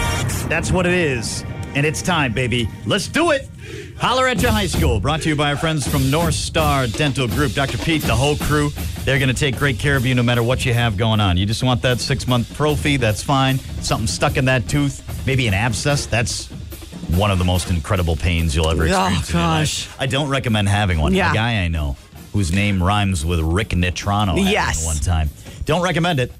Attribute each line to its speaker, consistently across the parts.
Speaker 1: life. That's what it is. And it's time, baby. Let's do it. Holler at your high school. Brought to you by our friends from North Star Dental Group. Dr. Pete, the whole crew, they're going to take great care of you no matter what you have going on. You just want that six month pro fee, that's fine. Something stuck in that tooth, maybe an abscess, that's one of the most incredible pains you'll ever
Speaker 2: Oh,
Speaker 1: experience. in your life.
Speaker 2: gosh.
Speaker 1: I don't recommend having one.
Speaker 2: Yeah.
Speaker 1: A guy I know whose name rhymes with Rick Nitrano. had
Speaker 2: Yes.
Speaker 1: One time. Don't recommend it.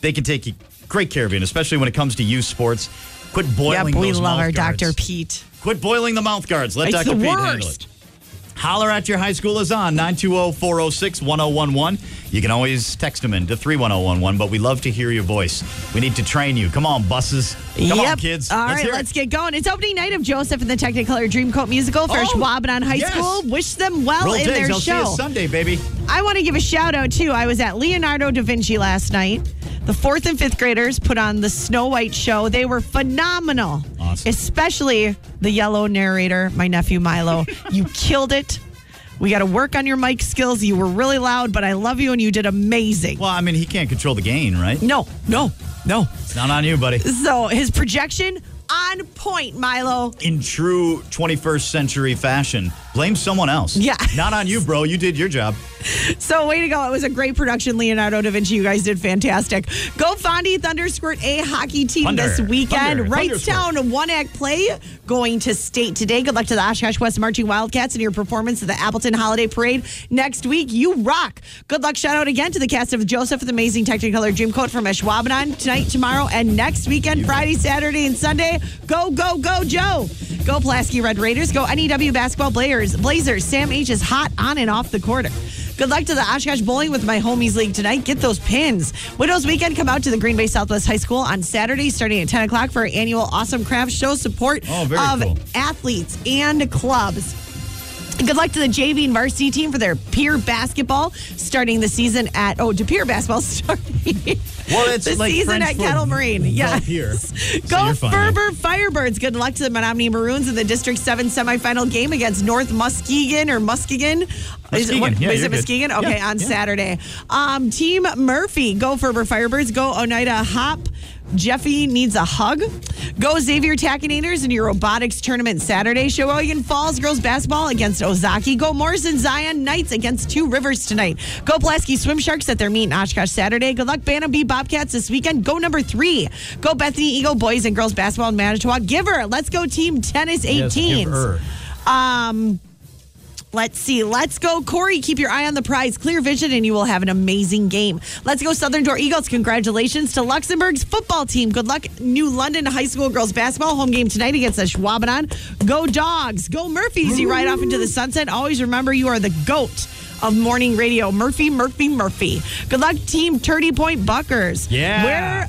Speaker 1: They can take great care of you, and especially when it comes to youth sports. Quit
Speaker 2: Yeah,
Speaker 1: boiling
Speaker 2: we
Speaker 1: those
Speaker 2: love
Speaker 1: mouth
Speaker 2: our
Speaker 1: guards.
Speaker 2: Dr. Pete.
Speaker 1: Quit boiling the mouth guards. Let
Speaker 2: It's
Speaker 1: Dr.
Speaker 2: the
Speaker 1: Pete handle it.
Speaker 2: worst.
Speaker 1: Holler at your high school is on oh, 920-406-1011. You can always text them in to 31011, but we love to hear your voice. We need to train you. Come on, buses. Come
Speaker 2: yep.
Speaker 1: on, kids.
Speaker 2: All
Speaker 1: let's
Speaker 2: right,
Speaker 1: hear it.
Speaker 2: let's get going. It's opening night of Joseph and the Technicolor Dreamcoat musical for
Speaker 1: Oh,
Speaker 2: Schwabenon High
Speaker 1: yes.
Speaker 2: School. Wish them well
Speaker 1: Roll
Speaker 2: in
Speaker 1: digs.
Speaker 2: their
Speaker 1: I'll see
Speaker 2: show.
Speaker 1: you Sunday, baby.
Speaker 2: I want to give a shout out too. I was at Leonardo da Vinci last night. The fourth and fifth graders put on the Snow White show. They were phenomenal,
Speaker 1: Awesome.
Speaker 2: especially the yellow narrator, my nephew Milo. you killed it. We got to work on your mic skills. You were really loud, but I love you and you did amazing.
Speaker 1: Well, I mean, he can't control the gain, right?
Speaker 2: No, no, no.
Speaker 1: It's not on you, buddy.
Speaker 2: So his projection on point, Milo.
Speaker 1: In true 21st century fashion, blame someone else.
Speaker 2: Yeah.
Speaker 1: Not on you, bro. You did your job.
Speaker 2: So way to go. It was a great production, Leonardo da Vinci. You guys did fantastic. Go Fondy Thundersquirt A hockey team
Speaker 1: Thunder,
Speaker 2: this weekend.
Speaker 1: Thunder,
Speaker 2: Wrightstown one act play going to state today. Good luck to the Oshkosh West Marching Wildcats and your performance at the Appleton Holiday Parade next week. You rock. Good luck. Shout out again to the cast of Joseph with Amazing Technicolor Dreamcoat from Ashwaubenon tonight, tomorrow, and next weekend, Friday, Saturday, and Sunday. Go, go, go, Joe. Go Pulaski Red Raiders. Go NEW Basketball Blazers. Blazers. Sam H is hot on and off the quarter. Good luck to the Oshkosh Bowling with my homies league tonight. Get those pins. Widows Weekend, come out to the Green Bay Southwest High School on Saturday starting at 10 o'clock for our annual Awesome Craft Show support
Speaker 1: Oh, very
Speaker 2: of
Speaker 1: cool.
Speaker 2: athletes and clubs. Good luck to the JV and varsity team for their peer basketball starting the season at, oh, to peer basketball starting.
Speaker 1: Well, it's
Speaker 2: the
Speaker 1: like
Speaker 2: season
Speaker 1: French
Speaker 2: at
Speaker 1: for
Speaker 2: Kettle Marine. Yes.
Speaker 1: here. So
Speaker 2: Go
Speaker 1: you're fine.
Speaker 2: Ferber Firebirds. Good luck to the Menominee Maroons in the District 7 semifinal game against North Muskegon or Muskegon. Is it,
Speaker 1: Muskegon.
Speaker 2: what,
Speaker 1: Yeah,
Speaker 2: is
Speaker 1: you're good.
Speaker 2: it Muskegon?
Speaker 1: Yeah,
Speaker 2: Okay, on
Speaker 1: yeah.
Speaker 2: Saturday. Um, team Murphy. Go Ferber Firebirds. Go Oneida Hop. Jeffy needs a hug. Go Xavier Tackinators in your robotics tournament Saturday. Sheboygan Falls girls basketball against Ozaki. Go Morrison Zion Knights against Two Rivers tonight. Go Pulaski Swim Sharks at their meet in Oshkosh Saturday. Good luck Bantam B Bobcats this weekend. Go number three. Go Bethany Eagle boys and girls basketball in Manitowoc. Giver. Let's go team tennis 18s.
Speaker 1: giver.
Speaker 2: um. Let's see. Let's go, Corey. Keep your eye on the prize. Clear vision, and you will have an amazing game. Let's go, Southern Door Eagles. Congratulations to Luxembourg's football team. Good luck, New London High School girls basketball home game tonight against the Schwabenon. Go, dogs. Go, Murphys. You ride off into the sunset. Always remember you are the GOAT of morning radio. Murphy, Murphy, Murphy. Good luck, team 30 Point Buckers.
Speaker 1: Yeah.
Speaker 2: Where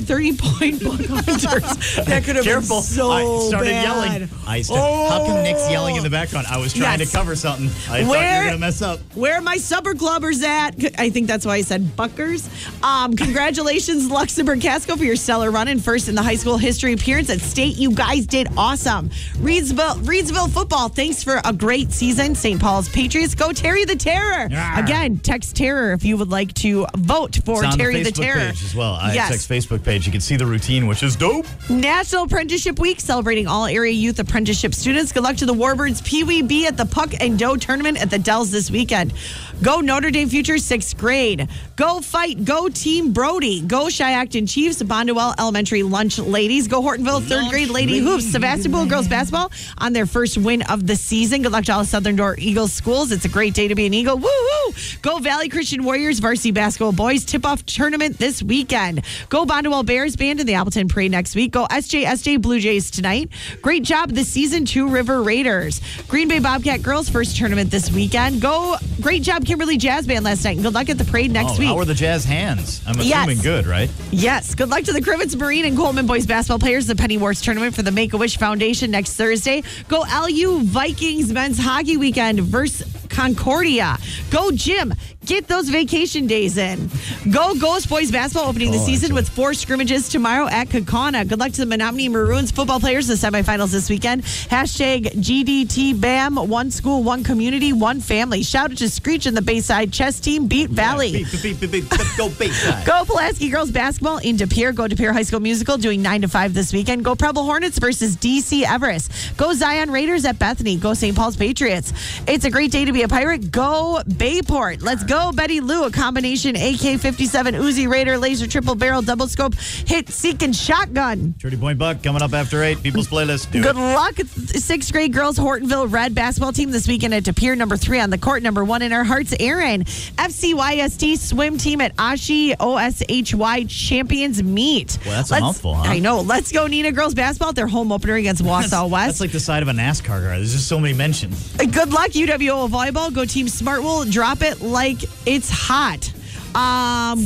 Speaker 2: 30 point buck hunters. That could have
Speaker 1: Careful.
Speaker 2: been so
Speaker 1: I started
Speaker 2: bad.
Speaker 1: yelling. I st- How come Nick's yelling in the background? I was trying
Speaker 2: Yes.
Speaker 1: to cover something. I thought you were
Speaker 2: Where-
Speaker 1: going to mess up.
Speaker 2: Where are my supper clubbers at? I think that's why I said Buckers. Um, congratulations, Luxembourg Casco, for your stellar run and first in the high school history appearance at state. You guys did awesome. Reedsville, Reedsville football, thanks for a great season. St. Paul's Patriots, go Terry the Terror.
Speaker 1: Yeah.
Speaker 2: Again, text Terror if you would like to vote for
Speaker 1: It's on the
Speaker 2: Terry the,
Speaker 1: Facebook
Speaker 2: Terror.
Speaker 1: page as well.
Speaker 2: Yes.
Speaker 1: IXX Facebook page. You can see the routine, which is dope.
Speaker 2: National Apprenticeship Week, celebrating all area youth apprenticeship students. Good luck to the Warbirds Pee Wee B at the Puck and Doe tournament at the Dells this weekend. Go Notre Dame Future, sixth grade. Go Fight, go Team Brody. Go Shiacton Chiefs, Bondwell Elementary Lunch Ladies. Go Hortonville, third grade Lady Hoops. Sebastopol Girls Basketball on their first win of the season. Good luck to all Southern Door Eagles schools. It's a great day to be an Eagle. Woo woo! Go Valley Christian Warriors varsity basketball boys tip off tournament this weekend. Go Bondwell Bears band in the Appleton Parade next week. Go SJSJ Blue Jays tonight. Great job this season, Two River Raiders. Green Bay Bobcat girls first tournament this weekend. Go great job Kimberly Jazz Band last night. And good luck at the parade next
Speaker 1: oh,
Speaker 2: week.
Speaker 1: How are the jazz hands? I'm assuming
Speaker 2: Yes.
Speaker 1: good, right?
Speaker 2: Yes. Good luck to the Crivets Marine and Coleman boys basketball players. The Penny Wars tournament for the Make a Wish Foundation next Thursday. Go LU Vikings men's hockey weekend versus Concordia. Go Jim. Get those vacation days in. Go Ghost Boys basketball opening the
Speaker 1: Oh,
Speaker 2: season
Speaker 1: excellent.
Speaker 2: with four scrimmages tomorrow at Kakana. Good luck to the Menominee Maroons football players, the semifinals this weekend. Hashtag GDTBAM, one school, one community, one family. Shout out to Screech and the Bayside chess team, beat Valley.
Speaker 1: Beep, beep, beep, beep, beep, Go Bayside.
Speaker 2: Go Pulaski girls basketball in De Pere. Go De Pere High School Musical doing 9 to 5 this weekend. Go Preble Hornets versus DC Everest. Go Zion Raiders at Bethany. Go St. Paul's Patriots. It's a great day to be a pirate. Go Bayport. Let's go Betty Lou. A combination AK 57 Uzi Raider laser triple barrel double scope hit seek and shotgun.
Speaker 1: Shorty Point Buck coming up after eight. People's playlist. Do it.
Speaker 2: Mm-hmm. Good luck, th- sixth grade girls Hortonville Red basketball team this weekend at Tapir, number three on the court, number one in our hearts, Aaron. FCYSD swim team at Ashi OSHY Champions Meet.
Speaker 1: Well, that's a mouthful, huh?
Speaker 2: I know. Let's go, Nina girls basketball at their home opener against Wausau West.
Speaker 1: That's like the side of a NASCAR car. There's just so many mentions.
Speaker 2: Good luck, UWO volleyball. Go team Smartwool. Drop it like it's hot. Um,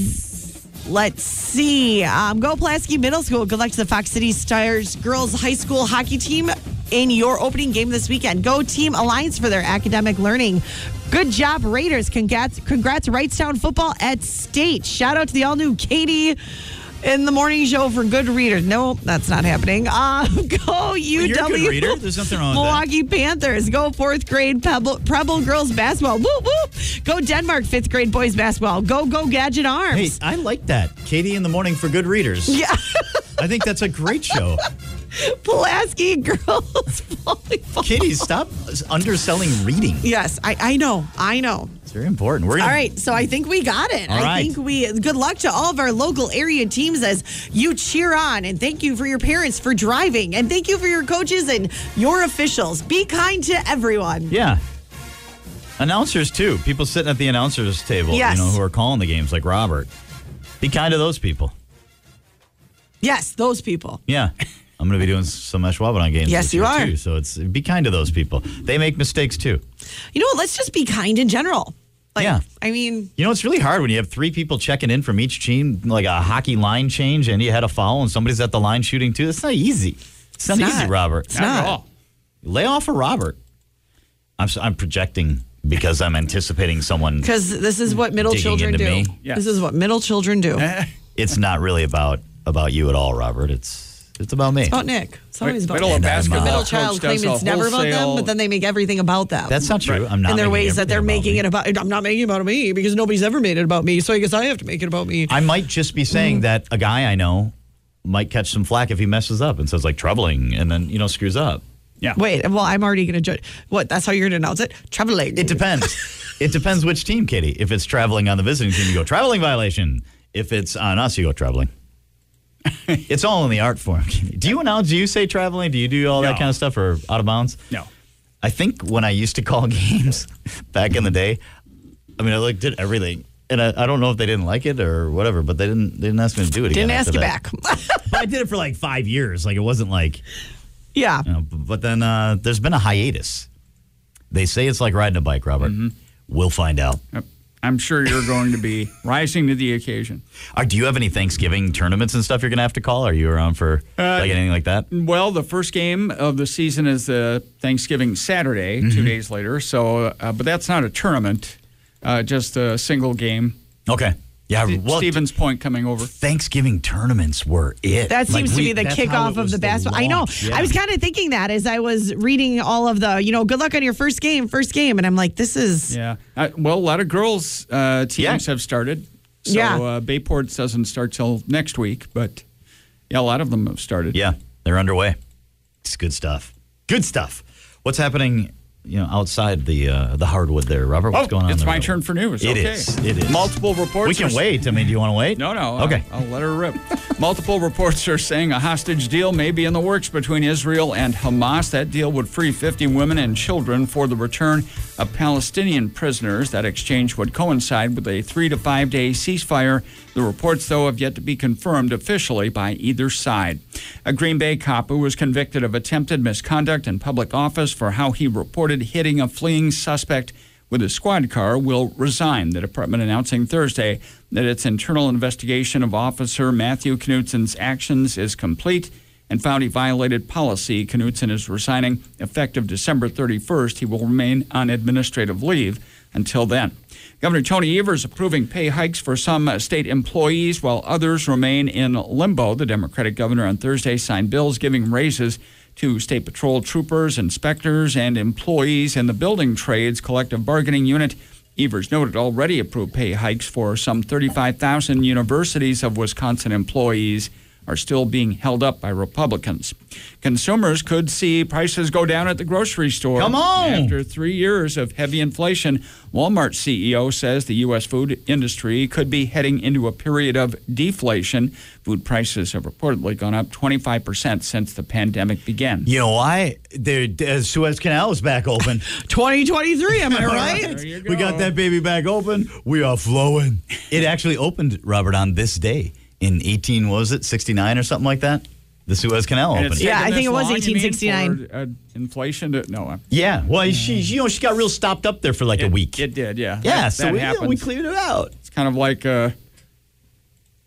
Speaker 2: let's see. Um, go Pulaski Middle School. Good luck to the Fox City Stars girls high school hockey team in your opening game this weekend. Go Team Alliance for their academic learning. Good job, Raiders. Congrats, congrats, Wrightstown football at state. Shout out to the all new Katie. In the morning show for good readers. No, that's not happening. Uh, go UW.
Speaker 1: you're a good reader. There's nothing wrong with that.
Speaker 2: Milwaukee Milwaukee Panthers. Go fourth grade Pebble, Preble girls basketball. Whoop whoop. Go Denmark fifth grade boys basketball. Go go Gadget
Speaker 1: Hey,
Speaker 2: Arms.
Speaker 1: I like that. Katie in the morning for good readers.
Speaker 2: Yeah,
Speaker 1: I think that's a great show.
Speaker 2: Pulaski girls volleyball.
Speaker 1: Katie, stop underselling reading.
Speaker 2: Yes, I, I know. I know.
Speaker 1: It's very important. We're gonna,
Speaker 2: All right, so I think we got it.
Speaker 1: All
Speaker 2: I
Speaker 1: right.
Speaker 2: think we good luck to all of our local area teams as you cheer on and thank you for your parents for driving and thank you for your coaches and your officials. Be kind to everyone.
Speaker 1: Yeah. Announcers too. People sitting at the announcers table,
Speaker 2: Yes.
Speaker 1: you know, who are calling the games like Robert. Be kind to those people.
Speaker 2: Yes, those people.
Speaker 1: Yeah. I'm going to be doing some Eshwabanon games.
Speaker 2: Yes,
Speaker 1: this
Speaker 2: you
Speaker 1: year,
Speaker 2: are.
Speaker 1: Too, so it's be kind to those people. They make mistakes too.
Speaker 2: You know what? Let's just be kind in general. Like,
Speaker 1: Yeah.
Speaker 2: I mean,
Speaker 1: You know, it's really hard when you have three people checking in from each team, like a hockey line change, and you had a foul, and somebody's at the line shooting too. It's not easy. It's not,
Speaker 2: It's
Speaker 1: easy,
Speaker 2: not.
Speaker 1: Robert.
Speaker 2: It's Not at not. all.
Speaker 1: Lay off of Robert. I'm s am projecting because I'm anticipating someone.
Speaker 2: because this is what middle
Speaker 1: Digging
Speaker 2: children
Speaker 1: into
Speaker 2: do.
Speaker 1: me.
Speaker 3: Yes.
Speaker 2: This is what middle children do.
Speaker 1: It's not really about about you at all, Robert. It's it's about me.
Speaker 2: About Nick. It's always about
Speaker 3: middle
Speaker 2: Nick.
Speaker 3: of basketball
Speaker 2: The middle
Speaker 3: coach
Speaker 2: child
Speaker 3: does
Speaker 2: claims
Speaker 3: a
Speaker 2: it's never about them,
Speaker 3: wholesale-
Speaker 2: but then they make everything about them.
Speaker 1: That's not true. I'm not.
Speaker 2: and there are
Speaker 1: making
Speaker 2: ways that they're
Speaker 1: everything about me.
Speaker 2: making it about. I'm not making it about me because nobody's ever made it about me. So I guess I have to make it about me.
Speaker 1: I might just be saying
Speaker 2: Mm.
Speaker 1: that a guy I know might catch some flack if he messes up and says like troubling, and then you know screws up.
Speaker 3: Yeah.
Speaker 2: Wait. Well, I'm already going to judge. What? That's how you're going to announce it? Traveling.
Speaker 1: It depends. it depends which team, Katie. If it's traveling on the visiting team, you go traveling violation. If it's on us, you go traveling. it's all in the art form. Katie. Do you announce? Do you say traveling? Do you do all that
Speaker 3: No.
Speaker 1: kind of stuff or out of bounds?
Speaker 3: No.
Speaker 1: I think when I used to call games back in the day, I mean, I like did everything, and I, I don't know if they didn't like it or whatever, but they didn't they didn't ask me to do it.
Speaker 2: Didn't
Speaker 1: again
Speaker 2: ask
Speaker 1: after
Speaker 2: you
Speaker 1: that.
Speaker 2: back.
Speaker 1: But I did it for like five years. Like it wasn't like
Speaker 2: yeah.
Speaker 1: you know, b- but then uh, there's been a hiatus. They say it's like riding a bike, Robert.
Speaker 3: Mm-hmm.
Speaker 1: We'll find out.
Speaker 3: Yep. I'm sure you're going to be rising to the occasion.
Speaker 1: Are, do you have any Thanksgiving tournaments and stuff you're gonna have to call? Are you around for
Speaker 3: Uh,
Speaker 1: like anything like that?
Speaker 3: Well, the first game of the season is the Thanksgiving Saturday,
Speaker 2: Mm-hmm.
Speaker 3: two days later. So, uh, but that's not a tournament, uh, just a single game.
Speaker 1: Okay. Yeah. Well,
Speaker 3: Stevens Point coming over.
Speaker 1: Thanksgiving tournaments were it.
Speaker 2: That
Speaker 1: Like,
Speaker 2: seems to
Speaker 1: we-
Speaker 2: be the
Speaker 1: that's how
Speaker 2: kickoff
Speaker 1: it
Speaker 2: of
Speaker 1: was
Speaker 2: the basketball. I know.
Speaker 1: launch. Yeah.
Speaker 2: I was kind of thinking that as I was reading all of the, you know, good luck on your first game, first game, and I'm like, this is
Speaker 3: Yeah. Uh, well, a lot of girls uh, teams
Speaker 1: Yeah.
Speaker 3: have started. So
Speaker 2: Yeah.
Speaker 3: uh, Bayport doesn't start till next week, but yeah, a lot of them have started.
Speaker 1: Yeah, they're underway. It's good stuff. Good stuff. What's happening? You know, outside the uh, the hardwood there, Robert. What's
Speaker 3: Oh,
Speaker 1: going on?
Speaker 3: it's
Speaker 1: there,
Speaker 3: my
Speaker 1: Robert?
Speaker 3: turn for news.
Speaker 1: It
Speaker 3: okay.
Speaker 1: is. It is.
Speaker 3: Multiple reports.
Speaker 1: We can
Speaker 3: are-
Speaker 1: wait. I mean, do you want to wait?
Speaker 3: No, uh, no.
Speaker 1: Okay.
Speaker 3: I'll, I'll let her rip. Multiple reports are saying a hostage deal may be in the works between Israel and Hamas. That deal would free 50 women and children for the return of Palestinian prisoners. That exchange would coincide with a three to five day ceasefire. The reports, though, have yet to be confirmed officially by either side. A Green Bay cop who was convicted of attempted misconduct in public office for how he reported hitting a fleeing suspect with his squad car will resign. The department announcing Thursday that its internal investigation of Officer Matthew Knutsen's actions is complete and found he violated policy. Knutsen is resigning effective December 31st. He will remain on administrative leave. until then. Governor Tony Evers approving pay hikes for some uh, state employees while others remain in limbo. The Democratic governor on Thursday signed bills giving raises to state patrol troopers, inspectors, and employees in the building trades collective bargaining unit. Evers noted already approved pay hikes for some 35,000 universities of Wisconsin employees are still being held up by Republicans. Consumers could see prices go down at the grocery store.
Speaker 1: Come on!
Speaker 3: After three years of heavy inflation, Walmart CEO says the U.S. food industry could be heading into a period of deflation. Food prices have reportedly gone up 25% since the pandemic began.
Speaker 1: You know why? The uh, Suez Canal is back open.
Speaker 2: 2023, am I
Speaker 3: There
Speaker 2: right?
Speaker 3: you
Speaker 1: We got
Speaker 3: go.
Speaker 1: that baby back open. We are flowing. It actually opened, Robert, on this day in 18, what was it, 69 or something like that? The Suez Canal
Speaker 3: And
Speaker 1: opened.
Speaker 3: it's
Speaker 2: Yeah,
Speaker 3: taken
Speaker 2: I think
Speaker 3: this
Speaker 2: it was
Speaker 3: long, you mean,
Speaker 2: 1869.
Speaker 3: for, uh, inflation to, no, uh,
Speaker 1: Yeah. Well, she, you know, she got real stopped up there for like a week.
Speaker 3: It did, yeah.
Speaker 1: yeah,
Speaker 3: that,
Speaker 1: so
Speaker 3: that
Speaker 1: we,
Speaker 3: happens.
Speaker 1: we cleared it out.
Speaker 3: it's kind of like uh,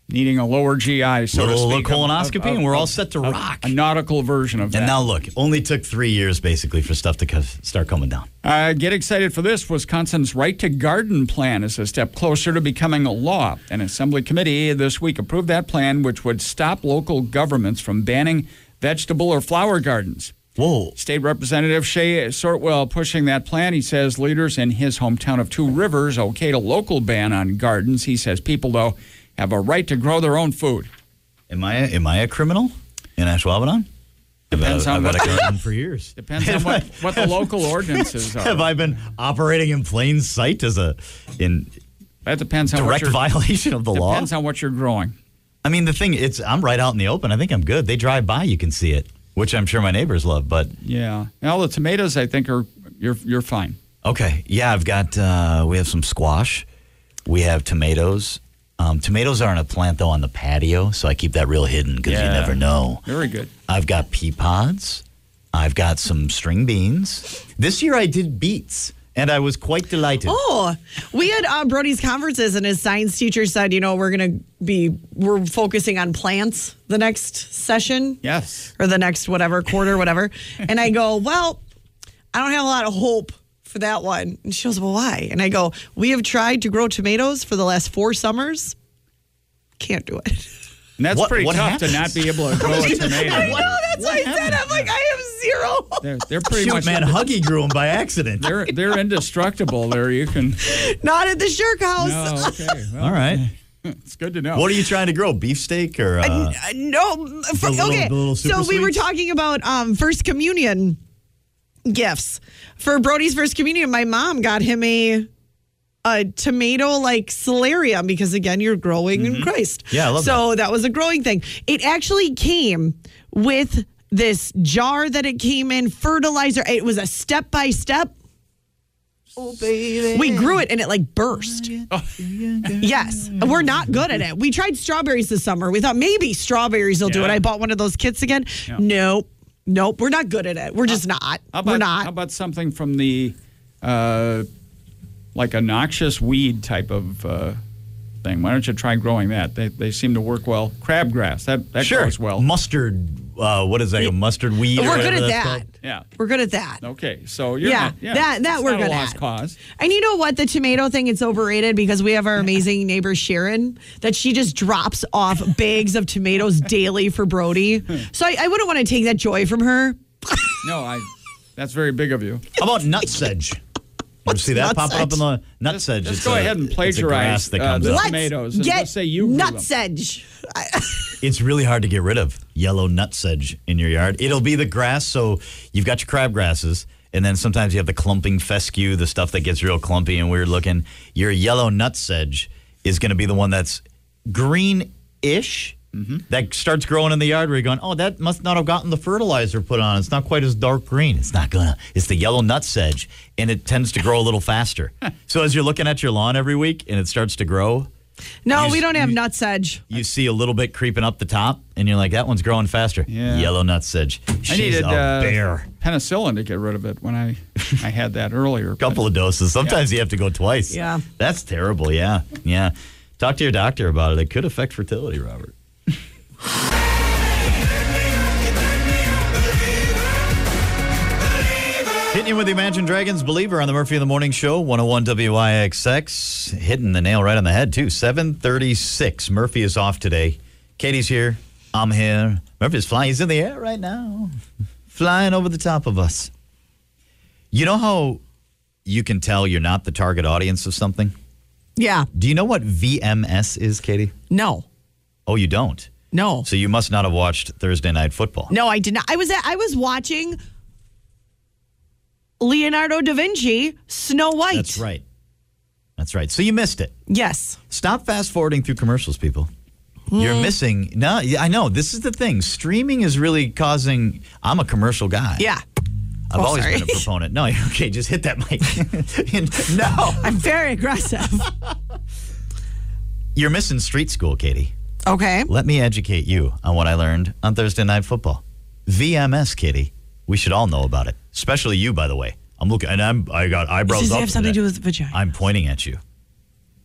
Speaker 3: needing a lower GI, so to
Speaker 1: Little
Speaker 3: speak, of-
Speaker 1: colonoscopy,
Speaker 3: of-
Speaker 1: and we're
Speaker 3: of-
Speaker 1: all set to
Speaker 3: of
Speaker 1: rock.
Speaker 3: A nautical version of that.
Speaker 1: And now look, only took three years basically for stuff to co- start coming down.
Speaker 3: Uh, get excited for this. Wisconsin's Right to Garden plan is a step closer to becoming a law. An assembly committee this week approved that plan, which would stop local governments from banning vegetable or flower gardens.
Speaker 1: Whoa.
Speaker 3: State Representative Shea Sortwell pushing that plan. He says leaders in his hometown of Two Rivers okayed a local ban on gardens. He says people, though, have a right to grow their own food.
Speaker 1: Am I am I a criminal in Ashwaubenon?
Speaker 3: Depends
Speaker 1: I've
Speaker 3: on
Speaker 1: had
Speaker 3: what-
Speaker 1: a garden for years.
Speaker 3: Depends on what, what the local ordinances
Speaker 1: Have
Speaker 3: are.
Speaker 1: I been operating in plain sight as a in
Speaker 3: That depends on what
Speaker 1: direct
Speaker 3: you're,
Speaker 1: violation of the law?
Speaker 3: depends on what you're growing.
Speaker 1: I mean, the thing it's I'm right out in the open. I think I'm good. They drive by, you can see it, which I'm sure my neighbors love. But
Speaker 3: Yeah. Now the tomatoes, I think, are you're you're fine.
Speaker 1: okay, yeah, I've got uh, we have some squash, we have tomatoes. Um, tomatoes aren't a plant though on the patio, so I keep that real hidden because
Speaker 3: Yeah.
Speaker 1: you never know.
Speaker 3: Very good.
Speaker 1: I've got pea pods. I've got some string beans. This year I did beets, and I was quite delighted.
Speaker 2: Oh, we had uh, Brody's conferences, and his science teacher said, you know, we're going to be, we're focusing on plants the next session.
Speaker 3: Yes.
Speaker 2: or the next whatever quarter, whatever. and I go, well, I don't have a lot of hope for that one. And she goes, well, why? And I go, we have tried to grow tomatoes for the last four summers. Can't do it.
Speaker 3: And that's
Speaker 1: What-
Speaker 3: pretty
Speaker 1: what
Speaker 3: tough
Speaker 1: happens?
Speaker 3: to not be able to grow Oh, a
Speaker 2: I
Speaker 3: tomato.
Speaker 2: know that's what, I said. I'm like, I have zero. hope.
Speaker 3: They're, they're pretty
Speaker 1: Shoot,
Speaker 3: much
Speaker 1: man, Huggy grew them by accident.
Speaker 3: They're they're indestructible. There, you can.
Speaker 2: Not at the Shirk House.
Speaker 3: Oh, okay. Well,
Speaker 1: All right.
Speaker 3: it's good to know.
Speaker 1: What are you trying to grow? Beefsteak or uh,
Speaker 2: Uh, no, for-
Speaker 1: little-
Speaker 2: okay.
Speaker 1: the little
Speaker 2: so
Speaker 1: super
Speaker 2: we were
Speaker 1: sweets?
Speaker 2: talking about um, first communion gifts for Brody's first communion. My mom got him a a tomato like solarium because again, you're growing in Christ.
Speaker 1: Mm-hmm. Yeah, I love
Speaker 2: so that. was a growing thing. It actually came with this jar that it came in, fertilizer. It was a step by step. We grew it and it like burst.
Speaker 3: Oh.
Speaker 2: Yes, we're not good at it. We tried strawberries this summer. We thought maybe strawberries will do it.
Speaker 3: Yeah.
Speaker 2: I bought one of those kits again.
Speaker 3: Yeah.
Speaker 2: Nope, nope. We're not good at it. We're just not.
Speaker 3: How about,
Speaker 2: we're
Speaker 3: How
Speaker 2: not.
Speaker 3: about something from the, uh, like a noxious weed type of uh, thing? Why don't you try growing that? They, they seem to work well. Crabgrass that that
Speaker 1: sure
Speaker 3: grows well.
Speaker 1: mustard? Uh, what is that? A mustard weed? or
Speaker 2: we're good
Speaker 1: whatever
Speaker 2: at
Speaker 1: that's
Speaker 2: that.
Speaker 1: called?
Speaker 3: Yeah.
Speaker 2: We're good at that.
Speaker 3: Okay. So you're
Speaker 2: Yeah,
Speaker 3: not- yeah.
Speaker 2: that- that
Speaker 3: it's
Speaker 2: we're
Speaker 3: not
Speaker 2: good
Speaker 3: a lost
Speaker 2: at.
Speaker 3: cause.
Speaker 2: And you know what? The tomato thing, it's overrated because we have our amazing neighbor Sharon that she just drops off bags of tomatoes daily for Brody. So I, I wouldn't want to take that joy from her.
Speaker 3: No, I. That's very big of you.
Speaker 1: How about nutsedge? Ever see that popping up in the nutsedge?
Speaker 3: Just
Speaker 1: It's
Speaker 3: go
Speaker 1: a-
Speaker 3: ahead and
Speaker 1: it's a
Speaker 3: plagiarize,
Speaker 1: grass that
Speaker 3: uh,
Speaker 1: comes
Speaker 3: the-
Speaker 1: up.
Speaker 2: Let's
Speaker 3: tomatoes and
Speaker 2: get
Speaker 3: just say you grew them.
Speaker 2: nuts edge.
Speaker 1: It's really hard to get rid of yellow nutsedge in your yard. It'll be the grass, so you've got your crabgrasses, and then sometimes you have the clumping fescue, the stuff that gets real clumpy and weird looking. Your yellow nutsedge is going to be the one that's greenish. That starts growing in the yard where you're going, oh, that must not have gotten the fertilizer put on. It's not quite as dark green. It's not gonna. It's the yellow nutsedge, and it tends to grow a little faster. so as you're looking at your lawn every week and it starts to grow,
Speaker 2: No,
Speaker 1: You-
Speaker 2: we don't have nuts edge.
Speaker 1: you see a little bit creeping up the top, and you're like, that one's growing faster.
Speaker 3: Yeah.
Speaker 1: Yellow nutsedge. She's
Speaker 3: I needed
Speaker 1: a
Speaker 3: uh,
Speaker 1: bear.
Speaker 3: penicillin to get rid of it when I I had that earlier. but-
Speaker 1: Couple of doses. Sometimes you have to go twice.
Speaker 2: Yeah.
Speaker 1: That's terrible. Yeah. Yeah. Talk to your doctor about it. It could affect fertility, Robert. Hit Getting in with the Imagine Dragons believer on the Murphy in the Morning Show, 101 WIXX, hitting the nail right on the head too. 7:36. Murphy is off today. Katie's here. I'm here. Murphy's flying. He's in the air right now, flying over the top of us. You know how you can tell you're not the target audience of something?
Speaker 2: Yeah.
Speaker 1: Do you know what VMS is, Katie?
Speaker 2: No.
Speaker 1: Oh, you don't.
Speaker 2: No.
Speaker 1: So you must not have watched Thursday Night Football.
Speaker 2: No, I did not. I was at, I was watching Leonardo da Vinci Snow White.
Speaker 1: That's right. That's right. So you missed it.
Speaker 2: Yes.
Speaker 1: Stop fast forwarding through commercials, people.
Speaker 2: Hmm.
Speaker 1: You're missing. No, yeah, I know. This is the thing. Streaming is really causing. I'm a commercial guy.
Speaker 2: Yeah.
Speaker 1: I've
Speaker 2: Oh,
Speaker 1: always
Speaker 2: sorry.
Speaker 1: been a proponent. No, you're okay. Just hit that mic. And- no,
Speaker 2: I'm very aggressive.
Speaker 1: you're missing street school, Katie.
Speaker 2: okay.
Speaker 1: Let me educate you on what I learned on Thursday Night Football. VMS, Katie. We should all know about it, especially you, by the way. I'm looking, and I'm I got eyebrows
Speaker 2: Does it
Speaker 1: up.
Speaker 2: have something to
Speaker 1: today.
Speaker 2: do with vagina?
Speaker 1: I'm pointing at you.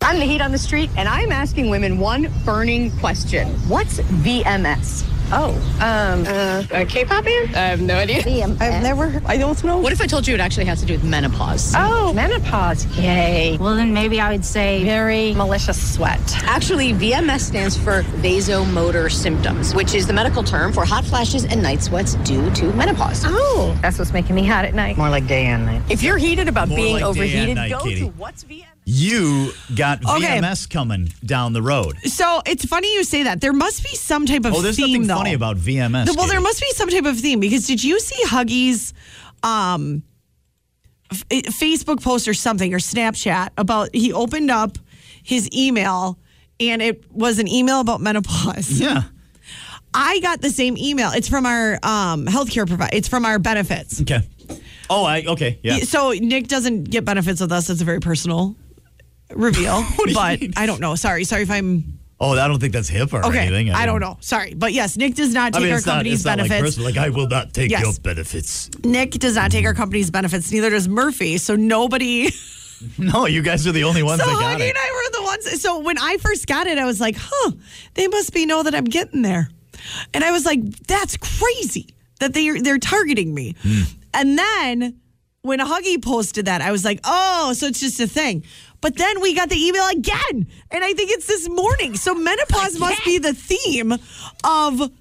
Speaker 4: I'm the heat on the street, and I'm asking women one burning question: What's VMS? Oh, um, uh, a K-pop band? I have no idea. VMS. I've never. Heard, I don't know.
Speaker 5: What if I told you it actually has to do with menopause?
Speaker 4: Oh, menopause. Yay.
Speaker 6: Well, then maybe I would say
Speaker 4: Very malicious sweat.
Speaker 5: Actually, VMS stands for vasomotor symptoms, which is the medical term for hot flashes and night sweats due to menopause.
Speaker 4: Oh, that's what's making me hot at night.
Speaker 7: More like day and night.
Speaker 5: If you're heated about
Speaker 1: More
Speaker 5: being
Speaker 1: like day and
Speaker 5: overheated,
Speaker 1: night,
Speaker 5: go
Speaker 1: Katie.
Speaker 5: to what's VMS.
Speaker 1: You got
Speaker 2: Okay.
Speaker 1: VMS coming down the road.
Speaker 2: So it's funny you say that. There must be some type of
Speaker 1: Oh, there's
Speaker 2: theme,
Speaker 1: nothing
Speaker 2: though.
Speaker 1: funny about VMS.
Speaker 2: The- well, there
Speaker 1: Katie.
Speaker 2: must be some type of theme because did you see Huggies, um, f- eh, Facebook post or something or Snapchat about he opened up his email and it was an email about menopause.
Speaker 1: Yeah.
Speaker 2: I got the same email. It's from our um, healthcare provider. It's from our benefits.
Speaker 1: Okay. Oh, I okay. Yeah.
Speaker 2: So Nick doesn't get benefits with us. It's a very personal reveal.
Speaker 1: do you
Speaker 2: but
Speaker 1: mean?
Speaker 2: I don't know. Sorry. Sorry if I'm
Speaker 1: Oh, I don't think that's hip or
Speaker 2: okay.
Speaker 1: anything.
Speaker 2: I don't know. Sorry. But yes, Nick does not
Speaker 1: I
Speaker 2: take
Speaker 1: mean,
Speaker 2: our
Speaker 1: it's not,
Speaker 2: company's
Speaker 1: it's not like
Speaker 2: benefits.
Speaker 1: personal. Like, I will not take
Speaker 2: Yes.
Speaker 1: your benefits.
Speaker 2: Nick does not take our company's benefits. Neither does Murphy. So nobody. So
Speaker 1: No, you guys are the only ones that got
Speaker 2: Honey
Speaker 1: it.
Speaker 2: and I were the ones. So when I first got it, I was like, "Huh, they must be know that I'm getting there," and I was like, "That's crazy that they they're targeting me." And then when Huggy posted that, I was like, "Oh, so it's just a thing." But then we got the email again, and I think it's this morning. So menopause must be the theme of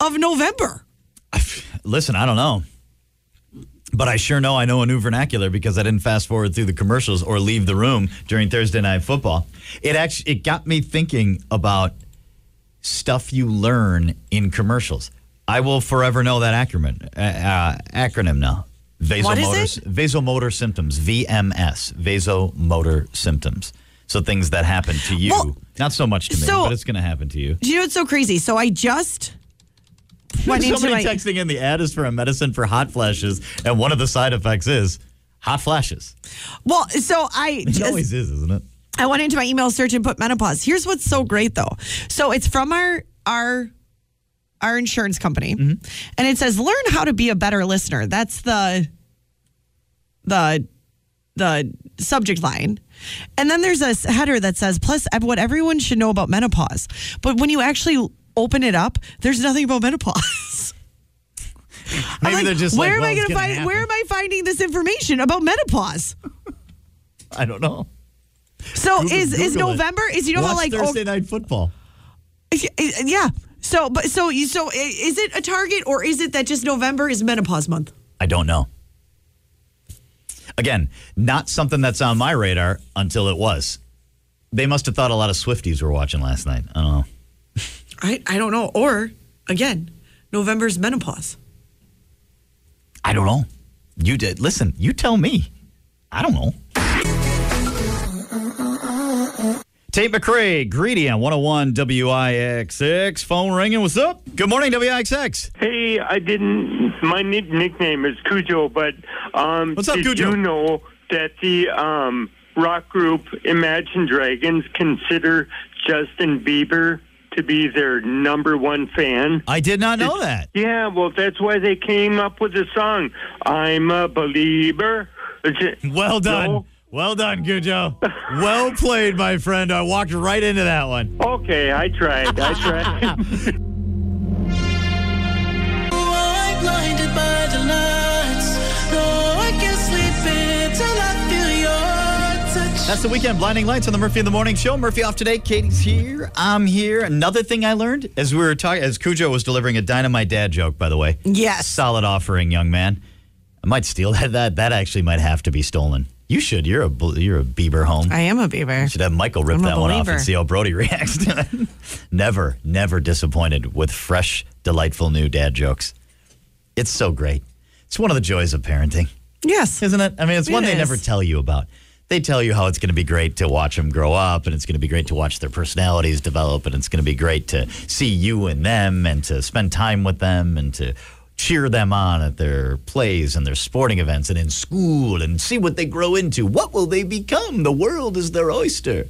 Speaker 2: of November.
Speaker 1: Listen, I don't know. But I sure know I know a new vernacular because I didn't fast forward through the commercials or leave the room during Thursday night football. It actually it got me thinking about stuff you learn in commercials. I will forever know that acronym uh, uh, acronym now. Vasomotor
Speaker 2: What is it?
Speaker 1: vasomotor symptoms, VMS, vasomotor symptoms. So things that happen to you,
Speaker 2: Well,
Speaker 1: not so much to me,
Speaker 2: so-
Speaker 1: but it's going to happen to you.
Speaker 2: Do you know what's so crazy? So I just went into
Speaker 1: Somebody
Speaker 2: my
Speaker 1: texting in the ad is for a medicine for hot flashes, and one of the side effects is hot flashes.
Speaker 2: well. So I
Speaker 1: It
Speaker 2: just,
Speaker 1: always is, isn't it?
Speaker 2: I went into my email search and put menopause. Here's what's so great though. So it's from our our our insurance company,
Speaker 1: Mm-hmm.
Speaker 2: and it says learn how to be a better listener. That's the the the subject line. And then there's a s- header that says, plus ev- what everyone should know about menopause. But when you actually open it up, there's nothing about menopause. I'm
Speaker 1: Maybe
Speaker 2: like,
Speaker 1: they're just like,
Speaker 2: where
Speaker 1: well,
Speaker 2: am I
Speaker 1: it's
Speaker 2: gonna
Speaker 1: gonna
Speaker 2: find
Speaker 1: happen.
Speaker 2: where am I finding this information about menopause?
Speaker 1: I don't know.
Speaker 2: So
Speaker 1: Google-
Speaker 2: Oh, is
Speaker 1: Google
Speaker 2: is
Speaker 1: it.
Speaker 2: November is you know
Speaker 1: Watch
Speaker 2: how like
Speaker 1: Thursday
Speaker 2: oh,
Speaker 1: night football.
Speaker 2: is- eh, yeah. So but so you so i- is it a target or is it that just November is menopause month?
Speaker 1: I don't know. Again, not something that's on my radar until it was. They must have thought a lot of Swifties were watching last night. I don't know.
Speaker 2: I I don't know or again, November's menopause.
Speaker 1: I don't know. You did. Listen, you tell me. I don't know. Tate McRae, Greedy on 101 WIXX. Phone ringing. What's up? Good morning, WIXX.
Speaker 8: Hey, I didn't. My nick- nickname is Cujo, but um,
Speaker 1: What's up,
Speaker 8: did
Speaker 1: Cujo?
Speaker 8: you know that the um, rock group Imagine Dragons consider Justin Bieber to be their number one fan?
Speaker 1: I did not know that.
Speaker 8: Yeah, well, that's why they came up with the song "I'm a Believer."
Speaker 1: Well done.
Speaker 8: No?
Speaker 1: Well done, Gujo. well played, my friend. I walked right into that one.
Speaker 8: Okay, I tried. I tried.
Speaker 9: blinded by the lights. No,
Speaker 1: That's the weekend blinding lights on the Murphy in the Morning Show. Murphy off today. Katie's here. I'm here. Another thing I learned as we were talking, as Cujo was delivering a dynamite dad joke, by the way.
Speaker 2: Yes.
Speaker 1: Solid offering, young man. I might steal that. That that actually might have to be stolen. You should. You're a bl- you're a Bieber home.
Speaker 2: I am a Bieber.
Speaker 1: should have Michael rip
Speaker 2: I'm a
Speaker 1: that one off
Speaker 2: believer.
Speaker 1: and see how Brody reacts to it. never, never disappointed with fresh, delightful new dad jokes. It's so great. It's one of the joys of parenting
Speaker 2: Yes.
Speaker 1: isn't it? I mean, it's one
Speaker 2: It
Speaker 1: they never
Speaker 2: is.
Speaker 1: tell you about. They tell you how it's going to be great to watch them grow up, and it's going to be great to watch their personalities develop, and it's going to be great to see you and them, and to spend time with them, and to cheer them on at their plays and their sporting events, and in school, and see what they grow into. What will they become? The world is their oyster.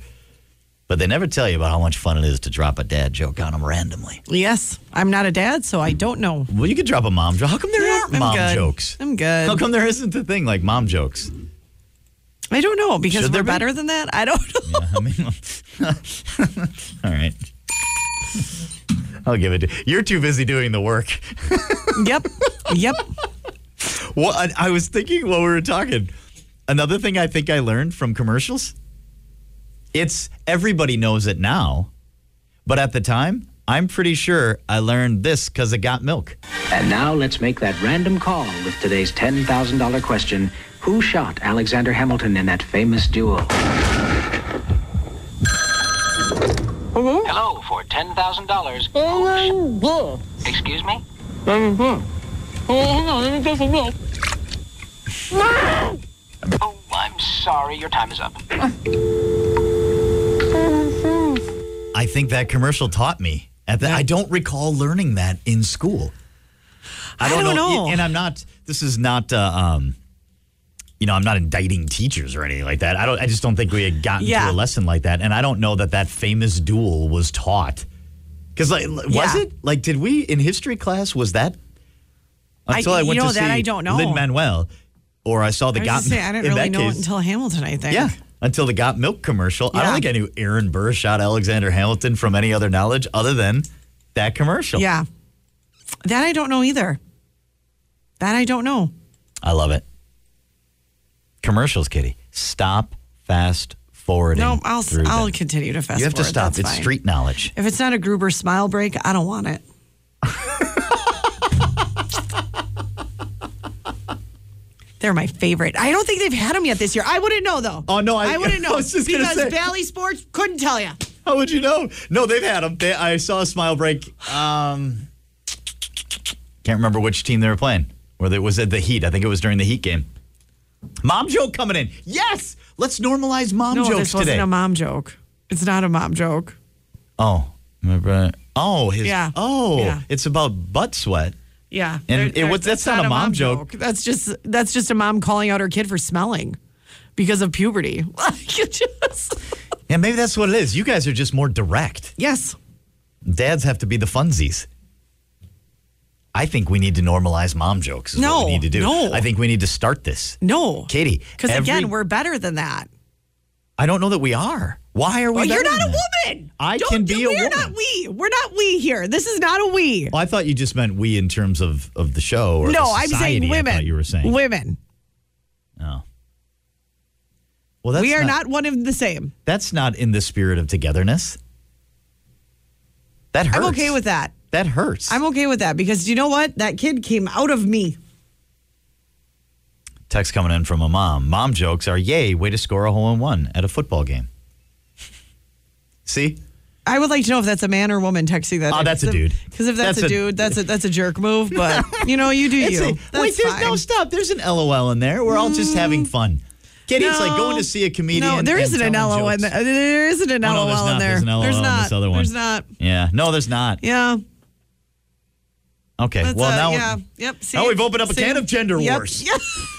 Speaker 1: But they never tell you about how much fun it is to drop a dad joke on them randomly.
Speaker 2: Yes. I'm not a dad, so I don't know.
Speaker 1: Well, you could drop a mom joke. How come there aren't
Speaker 2: I'm
Speaker 1: mom
Speaker 2: good.
Speaker 1: jokes?
Speaker 2: I'm good.
Speaker 1: How come there isn't a thing like mom jokes?
Speaker 2: I don't know because
Speaker 1: Should there
Speaker 2: we're
Speaker 1: be?
Speaker 2: better than that. I don't know.
Speaker 1: I mean, all right. I'll give it. to You're too busy doing the work.
Speaker 2: yep. Yep.
Speaker 1: Well, I, I was thinking while we were talking. Another thing I think I learned from commercials. It's everybody knows it now, but at the time, I'm pretty sure I learned this because it got milk.
Speaker 6: And now let's make that random call with today's $10,000 question. Who shot Alexander Hamilton in that famous duel? Hello, for $10,000. Excuse me? Oh, I'm sorry, your time is up.
Speaker 1: I think that commercial taught me. At the, I don't recall learning that in school. I
Speaker 2: don't know.
Speaker 1: And I'm not. This is not. Uh, um, you know, I'm not indicting teachers or anything like that. I don't. I just don't think we had gotten
Speaker 2: Yeah.
Speaker 1: to a lesson like that. And I don't know that that famous duel was taught. Because like, l- was
Speaker 2: Yeah.
Speaker 1: it like did we in history class was that?
Speaker 2: I-
Speaker 1: Until I,
Speaker 2: you
Speaker 1: went
Speaker 2: know,
Speaker 1: to
Speaker 2: that
Speaker 1: see
Speaker 2: I don't know.
Speaker 1: Lin Manuel, or I saw the
Speaker 2: I, was
Speaker 1: got.
Speaker 2: gonna say, I didn't
Speaker 1: in
Speaker 2: really
Speaker 1: that
Speaker 2: know
Speaker 1: case-
Speaker 2: it until Hamilton, I think.
Speaker 1: yeah. Until the Got Milk commercial. I don't
Speaker 2: Yeah.
Speaker 1: think I knew Aaron Burr shot Alexander Hamilton from any other knowledge other than that commercial.
Speaker 2: Yeah. That I don't know either. That I don't know.
Speaker 1: I love it. Commercials, Kitty. Stop fast forwarding.
Speaker 2: No, I'll
Speaker 1: through
Speaker 2: I'll
Speaker 1: them.
Speaker 2: continue to fast
Speaker 1: You have to
Speaker 2: forward.
Speaker 1: stop.
Speaker 2: That's
Speaker 1: it's
Speaker 2: fine.
Speaker 1: street knowledge.
Speaker 2: If it's not a Gruber smile break, I don't want it. They're my favorite. I don't think they've had them yet this year. I wouldn't know though.
Speaker 1: Oh, no, I-
Speaker 2: wouldn't know
Speaker 1: I was just gonna
Speaker 2: because
Speaker 1: say.
Speaker 2: Valley Sports couldn't tell you.
Speaker 1: How would you know? No, they've had them. They, I saw a smile break. Um, can't remember which team they were playing. Whether it was at the Heat. I think it was during the Heat game. Mom joke coming in. Yes, let's normalize mom
Speaker 2: no,
Speaker 1: jokes
Speaker 2: this wasn't
Speaker 1: today.
Speaker 2: a mom joke. It's not a mom joke.
Speaker 1: Oh, my brother. Oh, his.
Speaker 2: Yeah.
Speaker 1: Oh,
Speaker 2: Yeah.
Speaker 1: it's about butt sweat.
Speaker 2: Yeah,
Speaker 1: And it was- that's not a mom joke.
Speaker 2: That's just that's just a mom calling out her kid for smelling because of puberty. Like, you just-
Speaker 1: Yeah, maybe that's what it is. You guys are just more direct.
Speaker 2: yes,
Speaker 1: Dads have to be the funsies. I think we need to normalize mom jokes. Is what
Speaker 2: No,
Speaker 1: we need to do.
Speaker 2: no.
Speaker 1: I think we need to start this,
Speaker 2: no,
Speaker 1: Katie.
Speaker 2: Because
Speaker 1: every-
Speaker 2: again, we're better than that.
Speaker 1: I don't know that we are. Why are we?
Speaker 2: Well, you're
Speaker 1: better
Speaker 2: not a
Speaker 1: than that?
Speaker 2: woman.
Speaker 1: I
Speaker 2: Don't
Speaker 1: can
Speaker 2: do-
Speaker 1: be a
Speaker 2: we're
Speaker 1: woman.
Speaker 2: not we. We're not we here. This is not a we.
Speaker 1: Oh, I thought you just meant we in terms of of the show. Or
Speaker 2: no,
Speaker 1: the
Speaker 2: I'm
Speaker 1: society,
Speaker 2: saying
Speaker 1: I
Speaker 2: women.
Speaker 1: thought you were saying.
Speaker 2: women.
Speaker 1: oh. Well, that's
Speaker 2: we are
Speaker 1: not
Speaker 2: not, one of the same.
Speaker 1: That's not in the spirit of togetherness. That hurts.
Speaker 2: I'm okay with that.
Speaker 1: That hurts.
Speaker 2: I'm okay with that because you know what? That kid came out of me.
Speaker 1: Text coming in from a mom. Mom jokes are yay, way to score a hole in one at a football game. See?
Speaker 2: I would like to know if that's a man or woman texting that.
Speaker 1: Oh, that's a dude.
Speaker 2: Because if that's,
Speaker 1: That's a-
Speaker 2: a dude, that's a that's a jerk move. But you know, you do
Speaker 1: It's
Speaker 2: you.
Speaker 1: a-
Speaker 2: that's
Speaker 1: wait, there's
Speaker 2: fine. Mm.
Speaker 1: no stop. There's an LOL in there. We're all just having fun. Kitty, it's like going to see a comedian.
Speaker 2: No, there
Speaker 1: and
Speaker 2: isn't an
Speaker 1: telling
Speaker 2: LOL in
Speaker 1: jokes.
Speaker 2: there. There isn't an
Speaker 1: Oh, no,
Speaker 2: LOL
Speaker 1: there's
Speaker 2: in
Speaker 1: not.
Speaker 2: there.
Speaker 1: There's an LOL on
Speaker 2: not.
Speaker 1: this other one.
Speaker 2: There's not.
Speaker 1: Yeah. No, there's not.
Speaker 2: Yeah.
Speaker 1: Okay.
Speaker 2: that's
Speaker 1: well,
Speaker 2: a-
Speaker 1: now,
Speaker 2: yeah. Yep. See?
Speaker 1: now we've opened up a
Speaker 2: See?
Speaker 1: can of gender
Speaker 2: Yep.
Speaker 1: wars.
Speaker 2: Yep.